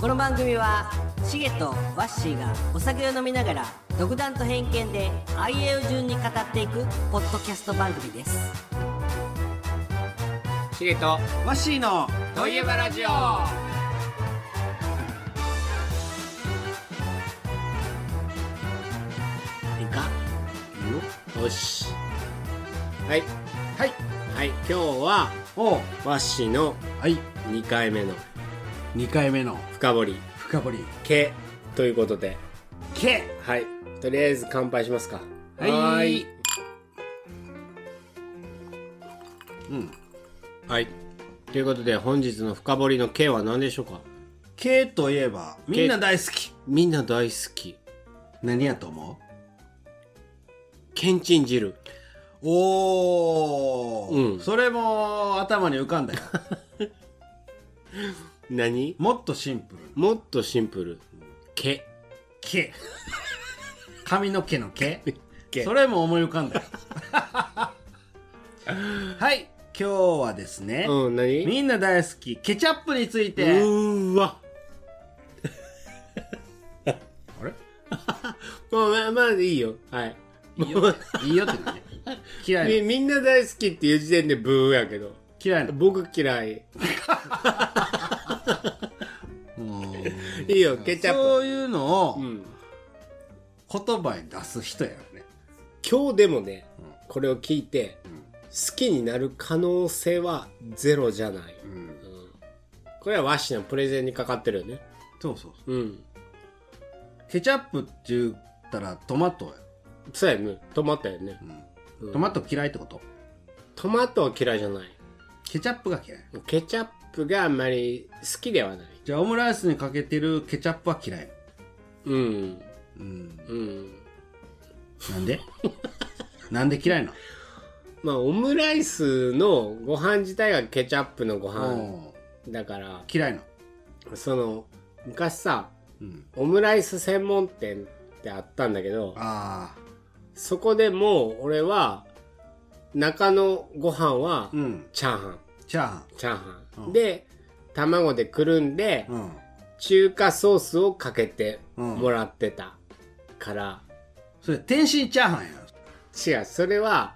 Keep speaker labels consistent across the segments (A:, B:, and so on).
A: この番組はシゲとワッシーがお酒を飲みながら独断と偏見で IA を順に語っていくポッドキャスト番組です
B: シゲと
C: ワッシーの
B: といえばラジオ
A: いいか
B: よしはい
C: はい
B: はい今日は
C: おう
B: 和紙の
C: はい
B: 2回目の
C: 2回目の
B: 深掘り
C: 深掘り
B: 系ということで
C: け
B: はいとりあえず乾杯しますか
C: は
B: ー
C: いうん
B: はいということで本日の深掘りの系は何でしょうか
C: けといえばみんな大好き
B: みんな大好き
C: 何やと思
B: けんちん汁
C: うおお、
B: うん
C: それも頭に浮かんだ よ
B: 何
C: もっとシンプル
B: もっとシンプルけ
C: け髪の毛の毛
B: 毛
C: それも思い浮かん だよはい今日はですね、
B: うん何
C: みんな大好きケチャップについうて
B: ーわ
C: あれ
B: まあ まあまあいいよはい
C: いいよいいよってね嫌い
B: みみんな大好きっていう時点でブーやけど
C: な嫌い な
B: 僕嫌い
C: うん
B: いいよケチャップ
C: そういうのを
B: うん
C: 言葉に出す人やよね
B: 今日でもね、
C: ん
B: これを聞いて、好きになる可能性はゼロじゃない、
C: ん
B: これは和紙のプレゼンにかかってるよね
C: そうそうそう
B: うん
C: ケチャップって言ったらトマトや、
B: そうやねトマトやね、
C: トマト嫌いってこと
B: トマトは嫌いじゃない
C: ケチャップが嫌い
B: ケチャップがあんまり好きではない
C: じゃあオムライスにかけてるケチャップは嫌い
B: うん
C: うん
B: うん
C: な んでなんで嫌いな
B: まあオムライスのご飯自体がケチャップのご
C: の、
B: 飯
C: お
B: だから
C: ー嫌いなの
B: その昔さ
C: うん
B: オムライス専門店ってあったんだけど
C: あ
B: そこでもう俺は中のご飯は
C: あうん
B: チャーハン
C: チャーハン
B: チャーハン、
C: うん
B: で卵でくるんで、
C: うん
B: 中華ソースをかけて
C: うん
B: もらってたから、
C: それ天津チャーハンや
B: 違うそれは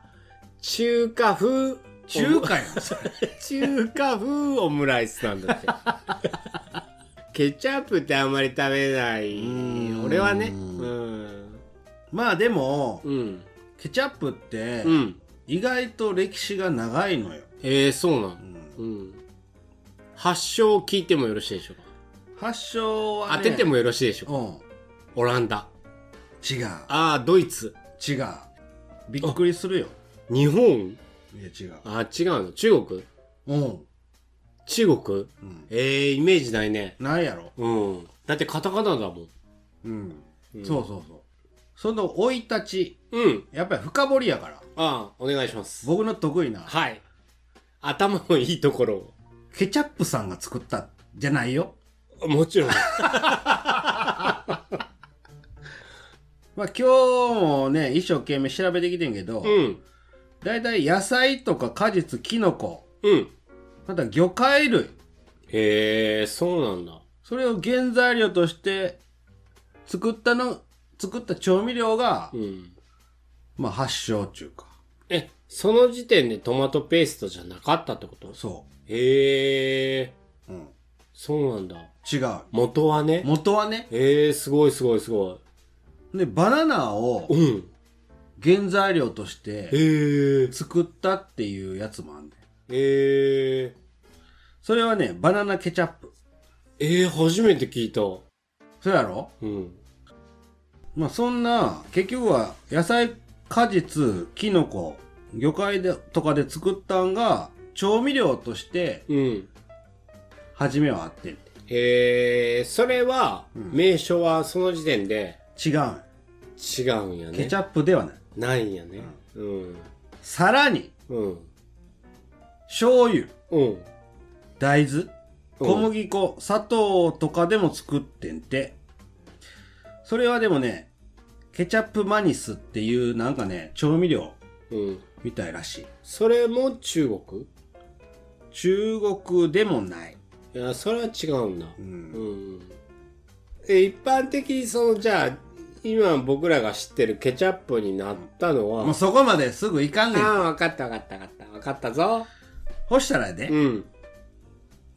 B: 中華風
C: 中華やんそれ
B: 中華風オムライスなんだって ケチャップってあんまり食べない
C: ん
B: 俺はねうん
C: まあでも
B: うん
C: ケチャップって
B: うん
C: 意外と歴史が長いのよ、
B: えー、そうなの
C: うん
B: うん発祥を聞いてもよろしいでしょうか
C: 発祥は、
B: 当
C: ね、
B: ててもよろしいでしょうか
C: う
B: オ
C: ん
B: ランダ
C: 違う
B: ああドイツ
C: 違うびっくりするよ
B: 日本
C: いや違う
B: ああ違うの中国
C: うん、
B: 中国
C: うん、
B: えー、イメージないね
C: ないやろ
B: うんだってカタカナだもん
C: うん、そうそうそうその生い立ち
B: うん
C: やっぱり深掘りやから
B: ああお願いします
C: 僕の得意な
B: はい頭のいいところを
C: ケチャップさんが作ったじゃないよ
B: もちろん。
C: まあ今日もね一生懸命調べてきてんけど、
B: うん。
C: だいたい野菜とか果実キノコ
B: うん。
C: また魚介類
B: へえ、そうなんだ。
C: それを原材料として作ったの作った調味料が、
B: うん。
C: まあ発祥中か
B: え、その時点でトマトペーストじゃなかったってこと
C: そ
B: へえ、
C: う、うん、
B: そうなんだ。
C: 違う
B: 元はね。
C: 元はね
B: へえ、すごいすごいすご
C: でバナナを
B: い。うん。
C: 原材料として
B: へえ。
C: 作ったっていうやつもあんねん
B: へえ。
C: それはねバナナケチャップ
B: ええ、初めて聞いた。
C: それやろ
B: うん。
C: まあそんな結局は野菜果実キノコ魚介でとかで作ったんが調味料として
B: うん。
C: 初めはあってんて
B: へえ、それは、名称はその時点で
C: 違うんよ
B: 違うんやね。
C: ケチャップではない
B: ないんやね。うん。
C: さらに
B: うん。
C: 醤油
B: うん。
C: 大豆
B: うん
C: 小麦粉砂糖とかでも作ってんてそれはでもねケチャップマニスっていうなんかね調味料
B: うん。
C: みたいらしい
B: それも中国
C: 中国でもない
B: いやそれは違うんだ、
C: うん
B: うんえ一般的にそのじゃあ今僕らが知ってるケチャップになったのは、
C: もうそこまですぐいかんねん
B: ああ分かった分かった分かった分かったぞ
C: ほしたらやで、
B: うん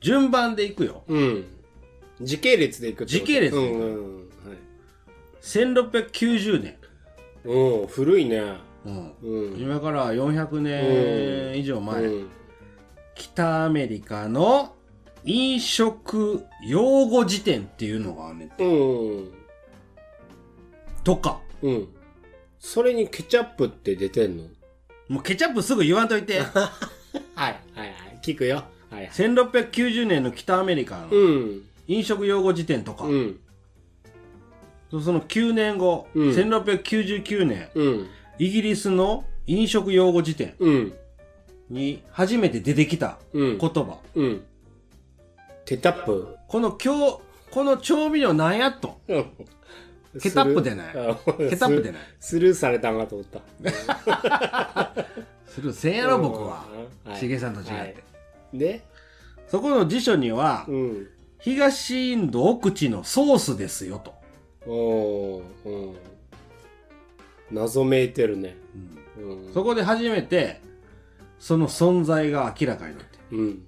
C: 順番でいくよ
B: うん時系列でいくってこと
C: 時系列
B: う
C: で
B: ん
C: いく
B: うんはい
C: 1690年、
B: うん、古いね。
C: うん
B: うん。
C: 今から400年以上前、
B: うん
C: 北アメリカの飲食用語辞典っていうのがあんねんて
B: うん。
C: とか
B: うん。それにケチャップって出てんの
C: もうケチャップすぐ言わんといて
B: はい、はい、はい。聞くよ。はい、はい。
C: 1690年の北アメリカの
B: うん。
C: 飲食用語辞典とか、
B: うん。
C: その9年後、
B: うん
C: 1699年
B: うん。
C: イギリスの飲食用語辞典
B: うん。
C: に初めて出てきた
B: うん
C: 言。葉、
B: うん。ケタップ。
C: この今日この調味料なんやとケタップでない ケ
B: ケ
C: タップでない
B: スルーされたんかと思った。
C: するせんやろ僕は
B: うんはい
C: しげさんと違って、
B: はいで
C: そこの辞書には、
B: うん。
C: 東インド奥地のソースですよと、
B: おーうん。謎めいてるね。うん。
C: そこで初めてその存在が明らかになって
B: うん。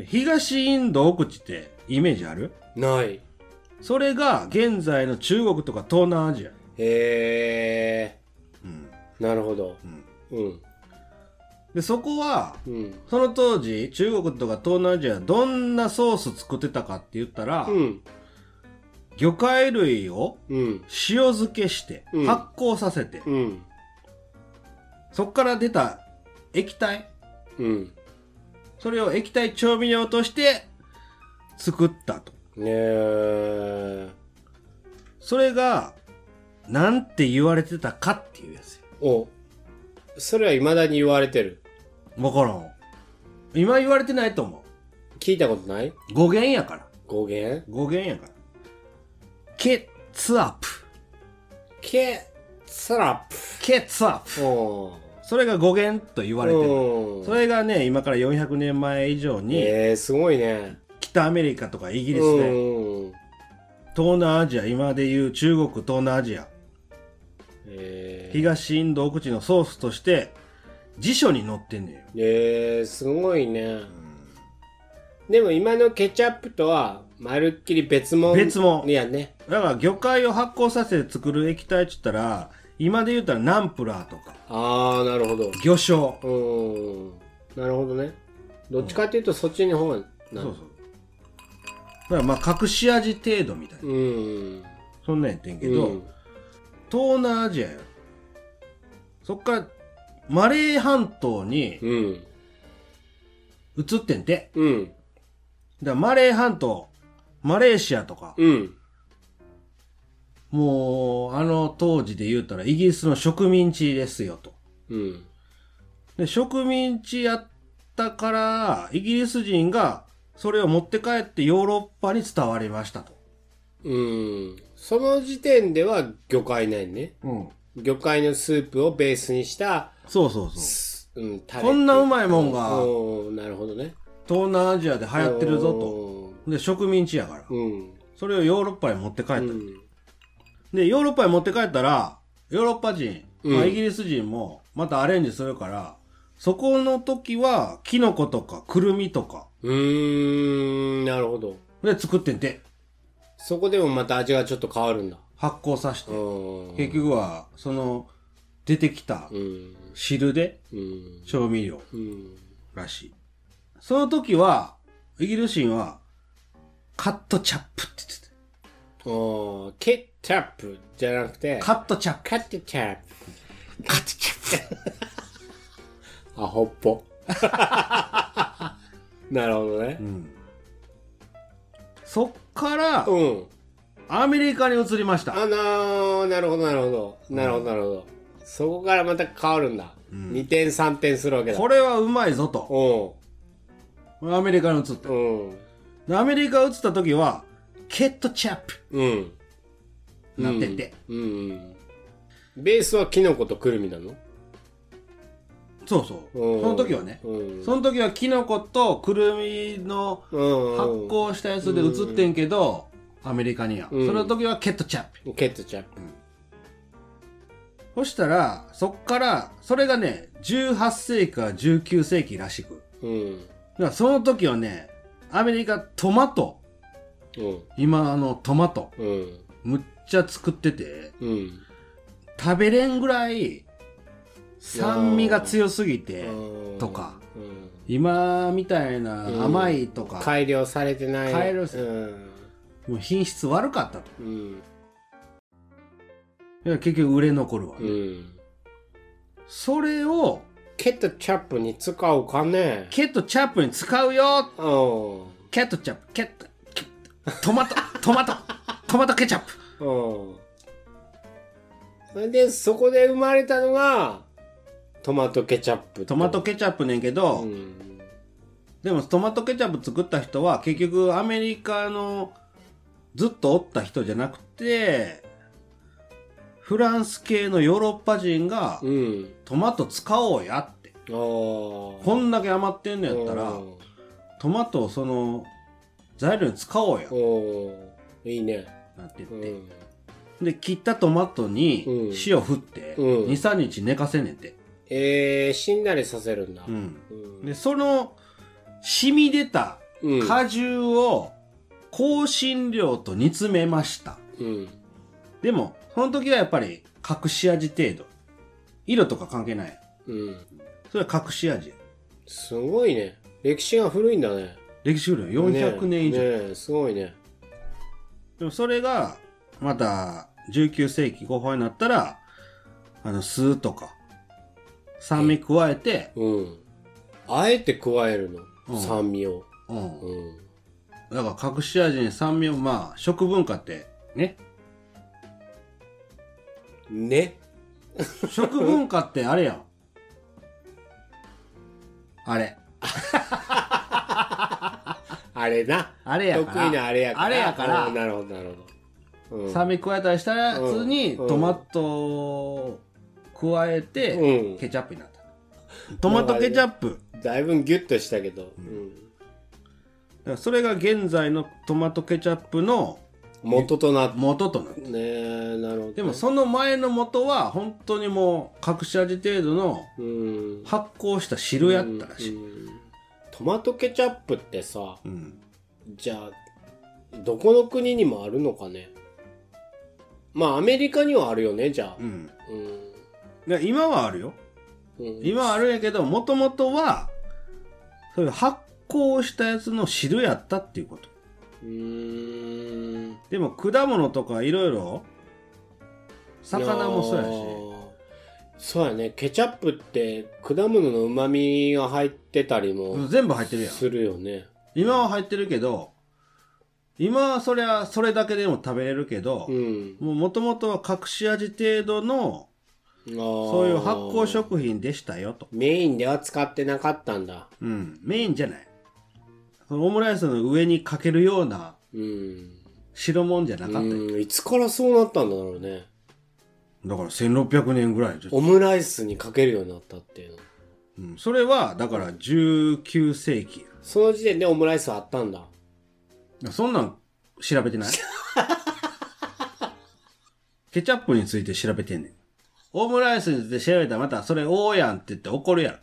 C: で東インド奥地ってイメージある
B: ない。
C: それが現在の中国とか東南アジア、
B: へえ、なるほど。うん。
C: でそこは
B: うん。
C: その当時中国とか東南アジアはどんなソース作ってたかって言ったら、
B: うん。
C: 魚介類を
B: うん。
C: 塩漬けして
B: うん
C: 発酵させて、
B: うん。
C: そこから出た液体
B: うん。
C: それを液体調味料として作ったと
B: ねえ。
C: それが、なんて言われてたかっていうやつ
B: お、それは未だに言われてる。
C: よ。わからん。今言われてないと思。
B: 聞いたことないう
C: 語源やから。
B: 語源
C: 語源やから。ケツアップ。
B: ケ、スラッ
C: ケツアップ。
B: プ。お
C: それが語源と言われてる。
B: お
C: それがね、今から400年前以上に、
B: えー、すごいね。
C: 北アメリカとかイギ
B: い
C: リスで、
B: うん。
C: 東南アジア、今でいう中国、東南アジア、
B: えー、
C: 東インド奥地のソースとして、辞書に載ってんねんよ。
B: えー、すごいね。でも今のケチャップとは、まるっきり別物。
C: 別物
B: いやね。
C: だから魚介を発酵させて作る液体って言ったら、今で言ったらナンプラーとか、
B: あー、なるほど。
C: 魚醤。
B: うーんなるほどねどっちかっていうとそっちの方がな
C: そ
B: る
C: うそう。だからまあ隠し味程度みたいな。
B: うーん
C: そんなんやってんけ
B: け
C: ど、
B: うん
C: 東南アジアよ。そっから、マレー半島に
B: うん
C: 移ってんて。
B: うん
C: だからマレー半島、マレーシアとか、
B: うん
C: もう、あの当時で言うたらイギリスの植民地ですよと。
B: うん
C: で植民地やったからイギリス人がそれを持って帰ってヨーロッパに伝わりましたと、
B: うんその時点では魚介ないね
C: うん、
B: 魚介のスープをベースにした、
C: そうそうそう
B: うん、タレ
C: こんなうまいもんが
B: おーなるほどね
C: 東南アジアで流行ってるぞと
B: お
C: で植民地やから
B: ーうん
C: それをヨーロッパに持って帰った、
B: うん
C: でヨーロッパに持って帰ったらヨーロッパ人、
B: うん
C: まあ、イギリス人もまたアレンジするからそこの時はキノコとかクルミとか
B: うーんなるほど
C: で作ってんて
B: そこでもまた味がちょっと変わるんだ
C: 発酵させて
B: うん
C: 結局はその出てきた
B: うん
C: 汁で
B: うん
C: 調味料
B: うん
C: らしい。その時は、イギリス人は、カットチャップって言って
B: おーケチャップじゃなくて
C: た。カットチャップ。
B: カットチャップカットチャップ アホっぽ なるほどね
C: そっから
B: う、ん、
C: アメリカに移りました。
B: あのー、なるほどなるほどなるほどなるほど、そこからまた変わるんだ、2点3点するわけだ
C: これはうまいぞと。アメリカに移って
B: う。んうん
C: でアメリカ移った時は、ケットチャップ
B: うん
C: になってて。
B: うんうんベースはキノコとクルミなの
C: そうそう。
B: うん
C: その時はね。
B: うん
C: その時はキノコとクルミの
B: うん
C: 発酵したやつで映ってんけど、アメリカには。
B: うん
C: その時はケットチャップ。
B: ケットチャップ
C: そしたら、そっから、それがね、18世紀から19世紀らしく。
B: うん
C: だからその時はね、アメリカトマト、
B: うん
C: 今あのトマト、
B: うん
C: むっちゃ作ってて、
B: うん
C: 食べれんぐらい酸味が強すぎて、とか、
B: うん
C: 今みたいな
B: うん
C: 甘いとか、
B: 改良されてない
C: 改良さ
B: うん
C: もう品質悪かったと。
B: うん
C: いや結局売れ残るわ、
B: うん
C: それを、
B: ケットチャップに使うかね
C: ケットチャップに使うよ
B: うん
C: ケットチャップ、ケット、ケット、トマト、 トマト、トマトケチャップ。
B: うんそれでそこで生まれたのがトマトケチャップ
C: トマトケチャップねんけど、
B: うん
C: でもトマトケチャップ作った人は結局アメリカのずっとおった人じゃなくて、フランス系のヨーロッパ人が
B: うん
C: トマト使おうやって。
B: あー
C: こんだけ余ってんのやったら、
B: うん
C: トマトをその材料に使おうや。
B: うんいいね
C: なんて
B: う
C: 言って。
B: ん
C: で、切ったトマトに
B: うん
C: 塩振って、
B: うん
C: 2、3日寝かせねんて。
B: えー、しんなりさせるんだ
C: う、ん。
B: うん
C: で、その染み出た
B: うん
C: 果汁を香辛料と煮詰めました。
B: うん
C: でも、その時はやっぱり隠し味程度。色とか関係ない。
B: うん
C: それは隠し味。
B: すごいね歴史が古いんだね
C: 歴史古いよ400年以上。
B: ねえねえすごいね
C: でもそれが、また19世紀後半になったら、あの、酢とか、酸味加えて、
B: うんあえて加えるの、
C: うん
B: 酸味を
C: うん。
B: うん
C: だから隠し味に酸味を、まあ、食文化って、ね。
B: ね
C: 食文化ってあれやん。 あれ。
B: あれな
C: あれやから。
B: 得意なあれやから
C: あれやから
B: うんなるほどなるほど、うん、
C: 酸味加えたりしたやつに
B: うん
C: トマトを加え
B: う
C: て
B: ん
C: ケチャップになった、トマトケチャップ
B: だいぶギュッとしたけど、
C: だからそれが現在のトマトケチャップの
B: うん元となって
C: 元となる
B: ねえなるほど
C: でもその前の元は本当にもう隠し味程度の
B: うん
C: 発酵した汁やったらしい、
B: うんトマトケチャップってさ
C: うん
B: じゃあどこの国にもあるのかねまあアメリカにはあるよねじゃあ
C: うん
B: うん、
C: で今はあるよ
B: うん
C: 今はあるんやけどもともとはそういう発酵したやつの汁やったっていうこと
B: うーん
C: でも果物とかいろいろ魚もそうや
B: いや
C: し
B: ーそうやねケチャップって果物のうまみが入ってたりも
C: 全部入ってるやん
B: するよね
C: 今は入ってるけど今はそりゃそれだけでも食べれるけど
B: う、ん
C: もともとは隠し味程度のそ
B: そう
C: いう発酵食品でしたよと、
B: メインでは使ってなかったんだ
C: うん、メインじゃないそのオムライスの上にかけるような
B: うん
C: 白もんじゃなかったよ
B: うんいつからそうなったんだろうね
C: だから1600年ぐらいじゃ、
B: オムライスにかけるようになったっていうの
C: うん、それはだから19世紀
B: その時点でオムライスはあったんだ
C: そんなん調べてないケチャップについて調べてんねん。オムライスについて調べたらまたそれおーやんって言って怒るやろ。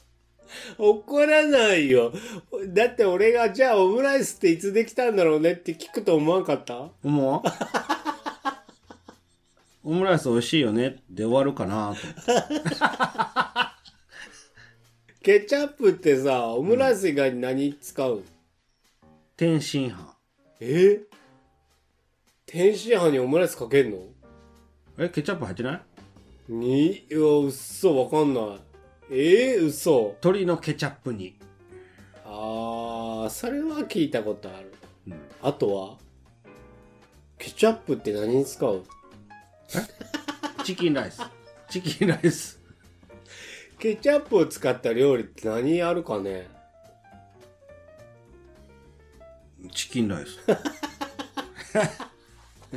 B: 怒らないよだって俺がじゃあオムライスっていつできたんだろうねって聞くと思わんかった
C: 思うオムライス美味しいよねで終わるかなと思って。
B: ケチャップってさオムライス以外に何使うの、
C: 天津飯。
B: え天津飯にオムライスかけんの
C: え、ケチャップ入ってない
B: にいやうっそわかんないえー、うそ
C: 鶏のケチャップに。
B: あーそれは聞いたことある
C: うん
B: あとはケチャップって何に使う
C: チキンライス。チキンライス。
B: ケチャップを使った料理って何あるかね
C: チキンライス。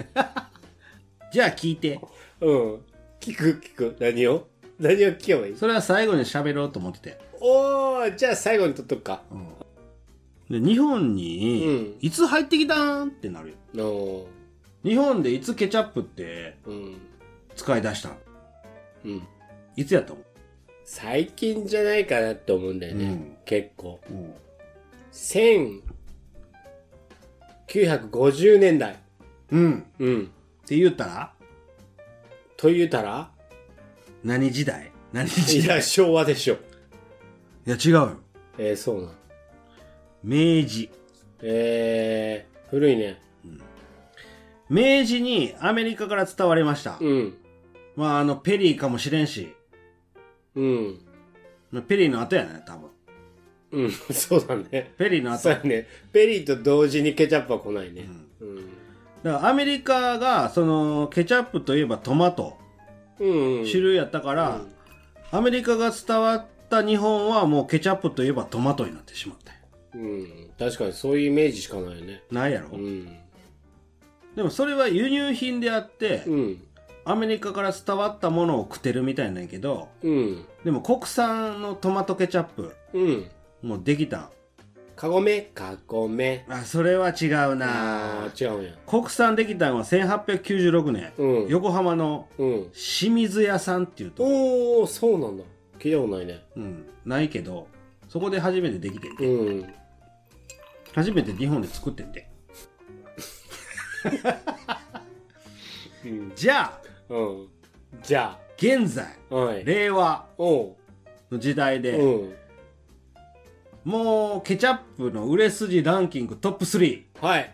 C: じゃあ聞いて。
B: うん聞く聞く何を何を聞けばいい
C: それは最後に喋ろうと思ってて。
B: おー、じゃあ最後に取っとくか。
C: で、日本
B: うん
C: に、いつ入ってきたんってなるよ。
B: おー。
C: 日本でいつケチャップって
B: うん。
C: 使い出したん
B: うん。
C: いつやと思
B: 最近じゃないかなって思うんだよね。
C: うん
B: 結構。
C: ううん
B: 1950年代。
C: うん。
B: うん。
C: って言ったら
B: と言うたら
C: 何時代何時
B: い
C: 代
B: や、昭和でしょ。
C: いや違うよ。
B: えー、そうなん。
C: 明治。
B: えー、古いね。
C: 明治にアメリカから伝わりました。
B: うん。
C: まああのペリーかもしれんし、
B: うん。
C: まあペリーの後やね、多分。
B: うん、 そうだね。
C: ペリーの後。
B: そう
C: だ
B: だ
C: か
B: ね。ペリーと同時にケチャップは来ないね。うん。
C: らアメリカが、その、ケチャップといえばトマト、
B: うん、うん。
C: 種類やったから、アメリカが伝わった日本はもうケチャップといえばトマトになってしまったよ。
B: うん。確かにそういうイメージしかないよね。
C: ないやろ、
B: うん。
C: でもそれは輸入品であって、
B: うん。
C: アメリカから伝わったものを食ってるみたいなんやけど、
B: うん。
C: でも国産のトマトケチャップ、
B: うん。
C: もうできたん。
B: カゴメカゴメ。
C: あ、それは違うな
B: ああ、違うんや。
C: 国産できたんは1896年、
B: うん
C: 横浜の
B: うん。
C: 清水屋さんっていうとこ、
B: おー、そうなんだ。聞いたことないね。
C: うん、ないけど、そこで初めてできてんて
B: うん。
C: 初めて日本で作ってんて。
B: うん。
C: じゃあ、
B: うん。じゃ
C: 現在、
B: あ、はい。
C: 令和
B: おう。
C: の時代で、
B: うん。
C: もうケチャップの売れ筋ランキングトップ3、
B: はい。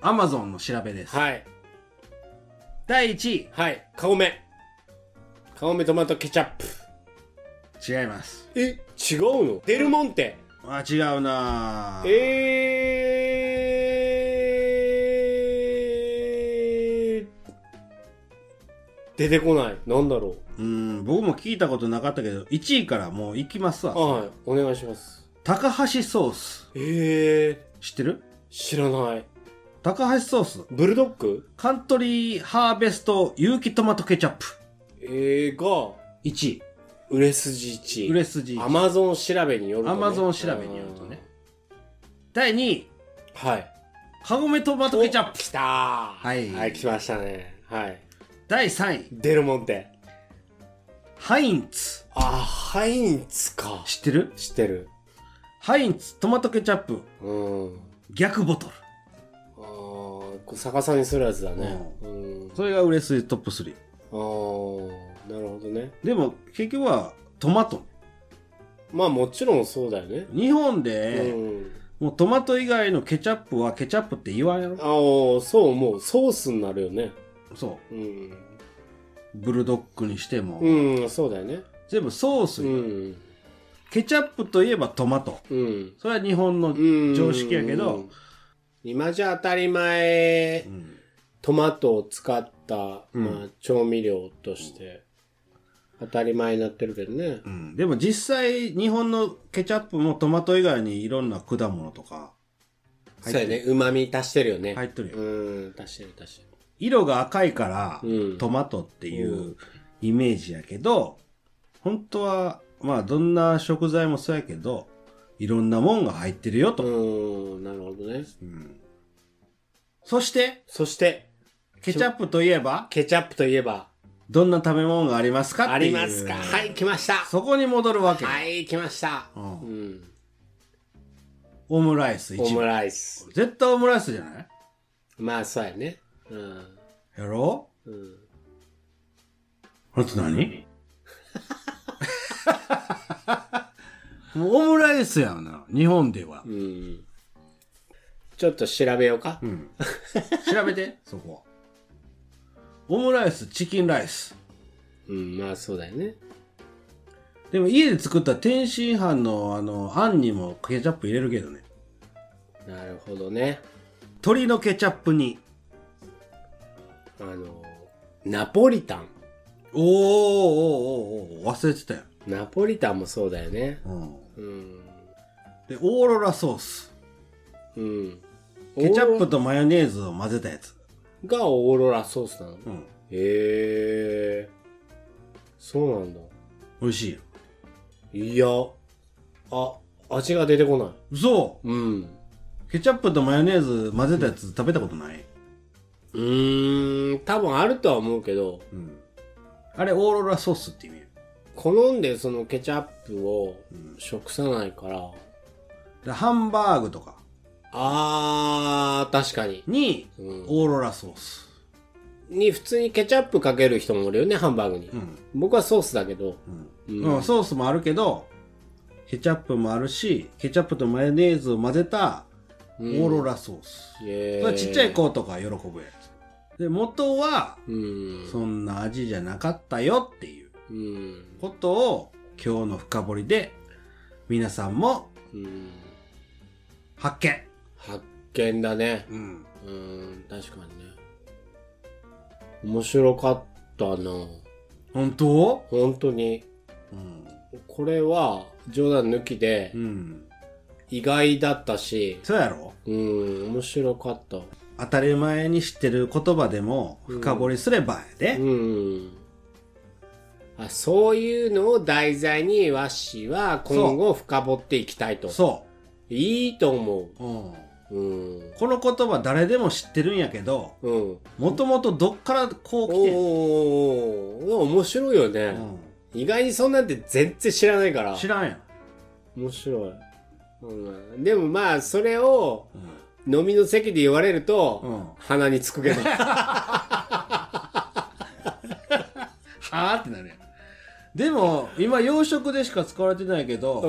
C: アマゾンの調べです。
B: はい。
C: 第1位、
B: はい。カゴメ。カゴメトマトケチャップ。
C: 違います。
B: え、違うのデルモンテ。
C: あ、違うなぁ
B: えー。出てこない。なんだろ
C: うん、僕も聞いたことなかったけど、1位からもう行きます
B: う。
C: わ。
B: はい。お願いします。
C: 高橋ソース。
B: えー。
C: 知ってる
B: 知らない。
C: 高橋ソース。
B: ブルドッグ
C: カントリーハーベスト有機トマトケチャップ。
B: えーが、
C: 1位。
B: 売れ筋1位。
C: 売れ筋
B: アマゾン調べによると、ね。
C: Amazon 調べによるとね第2位。
B: うん。はい。
C: カゴメトマトケチャップ。
B: きたー
C: はい
B: はい、来ましたね。はい。
C: 第3位。
B: デルモンテ。
C: ハインツ。
B: あ、ハインツか。
C: 知ってる
B: 知ってる。
C: ハインツトマトケチャップ。
B: うん。
C: 逆ボトル。
B: ああ、逆さにするやつだね。うん。あ
C: それが売れ筋トップ3。
B: あー、なるほどね。
C: でも結局はトマト。
B: まあもちろんそうだよね。
C: 日本で、
B: うん。
C: もうトマト以外のケチャップはケチャップって言わんやろ
B: ああ、そう思う。ソースになるよね。
C: そう。
B: うん。
C: ブルドックにしても、
B: うん、そうだよね。
C: 全部ソース、
B: うん。
C: ケチャップといえばトマト
B: うん。
C: それは日本の
B: うん
C: 常識やけど、
B: 今じゃ当たり前、
C: うん
B: トマトを使った、
C: うん
B: まあ、調味料として当たり前になってるけどね
C: う。んでも実際日本のケチャップもトマト以外にいろんな果物とか入
B: そう
C: って
B: やね
C: る、
B: 旨味足してるよね。
C: 入ってるよ
B: うん、足してる足してる。
C: 色が赤いから、
B: うん
C: トマトっていうんうイメージやけど本当はまあどんな食材もそうやけどいろんなもんが入ってるよと、
B: うん、なるほどね。
C: うんそして
B: そして、
C: ケチャップといえば
B: ケチャップといえば、
C: どんな食べ物がありますか
B: あ
C: ってい
B: り
C: う
B: ますかはい、来ました
C: そこに戻るわけ、
B: はい、来ました、
C: う
B: うんん
C: オムライス
B: オ
C: 一
B: ム
C: 番
B: ライス。
C: 絶対オムライスじゃない
B: まあ、そうやね。うん。
C: やろ
B: うん、
C: あと何も うオムライスやんな日本では、
B: うん。ちょっと調べようか。
C: うん、調べてそこオムライスチキンライス
B: うん、まあ、そうだよね。
C: でも家で作った天津飯のあのあんにもケチャップ入れるけどね
B: なるほどね。
C: 鶏のケチャップに
B: あの、ナポリタン。
C: おーおーおーおーおー忘れてたよ、
B: ナポリタンもそうだよね。
C: うん、
B: うん。
C: でオーロラソース
B: うん。
C: ケチャップとマヨネーズを混ぜたやつ。
B: プがオーロラソースなの。
C: うん。
B: へえ。そうなんだ。
C: 美味しいやん
B: いや、あ、味が出てこない。
C: 嘘
B: うん。
C: ケチャップとマヨネーズ混ぜたやつ食べたことない、
B: うーん、多分あるとは思うけど、
C: うん、あれオーロラソースって意味や
B: 好んでそのケチャップを食さないから、
C: でハンバーグとか
B: あー、確かに。
C: に
B: うん
C: オーロラソース、
B: に、普通にケチャップかける人もおるよね、ハンバーグに。
C: うん
B: 僕はソースだけど、
C: うんうんソースもあるけどケチャップもあるしケチャップとマヨネーズを混ぜたオーロラソース、
B: え
C: それちっちゃい子とか喜ぶやつで元は
B: うん。
C: そんな味じゃなかったよっていう
B: うん。
C: ことを今日の深掘りで皆さんも
B: うん。
C: 発見、
B: 発見だね。
C: うん、
B: うん、確かにね。面白かったな
C: 本当
B: 本当に。
C: うん、
B: これは、冗談抜きで
C: う、ん、
B: 意外だったし、
C: そうやろ
B: うん、面白かった。
C: 当たり前に知ってる言葉でも深掘りすればやで、
B: うん。あそういうのを題材にワッシーは今後深掘っていきたいと。
C: そ
B: いいと思
C: う、うん、
B: う。うん。
C: この言葉誰でも知ってるんやけど
B: うん。
C: もともとどっからこう来てん
B: おー、面白いよね。意外にそんなんて全然知らないか
C: う
B: ら
C: ん、知。らんやん、
B: 面白い。うん、でもまあ、それを
C: うん
B: 飲みの席で言われると、
C: うん
B: 鼻につくけ ど。
C: はあってなるやんでも今養殖でしか使われてないけど、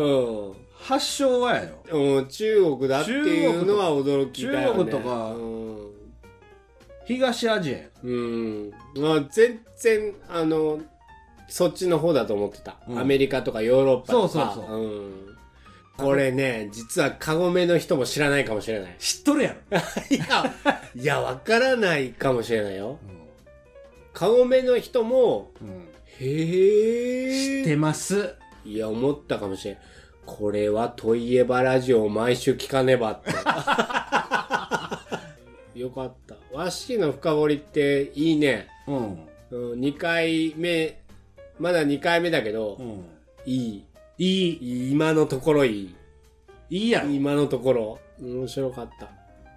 B: うん。
C: 発祥はやろ
B: うん、中国だっていうのは驚きだよ、ね、
C: 中国とか
B: うん
C: 東アジアや
B: うんまあ全然あのそっちの方だと思ってた、
C: うん
B: アメリカとかヨーロッパとか
C: そうそうそう
B: うんこれね実はカゴメの人も知らないかもしれ ない
C: 知っとるやろ、
B: いやいやわからないかもしれないよカゴメの人も
C: うん
B: へ
C: 知
B: え
C: ってます
B: いや思ったかもしれんこれはといえばラジオを毎週聞かねばって よかったわっしーの深掘りっていいね
C: うん
B: うん、2回目、まだ2回目だけど、
C: うん
B: いい
C: い
B: い
C: い
B: い。今のところいい。
C: いいやろ
B: 今のところ、面白かった。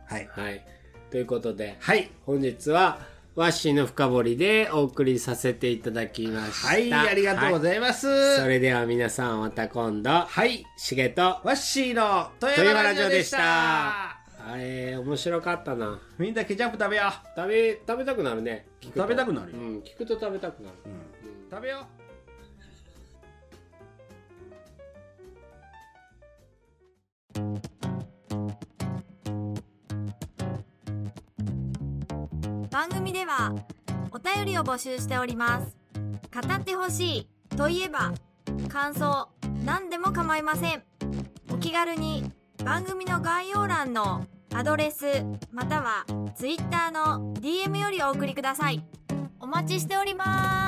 C: はい
B: はい。ということで、
C: はい
B: 本日は、ワッシーの深掘りでお送りさせていただきました。
C: はいありがとうご
B: は
C: ざいます、
B: いそれでは皆さんまた今度、
C: はい
B: しげと、
C: ワッシーの
B: 富
C: 富
B: 山ラ
C: 山ラ
B: ジ
C: ジ
B: オ
C: オ
B: で
C: で
B: し
C: したた
B: あれ、面白かったな。
C: みんなケチャップ食べよ
B: 食べ、食べたくなるね。聞くと
C: 食べたくなるよ
B: うん、聞くと食べたくなる。
C: う、うん、
B: うん
C: 食べよう
D: 番組ではお便りを募集しております語ってほしいといえば感想何でも構いませんお気軽に番組の概要欄のアドレスまたは Twitter の DM よりお送りくださいお待ちしております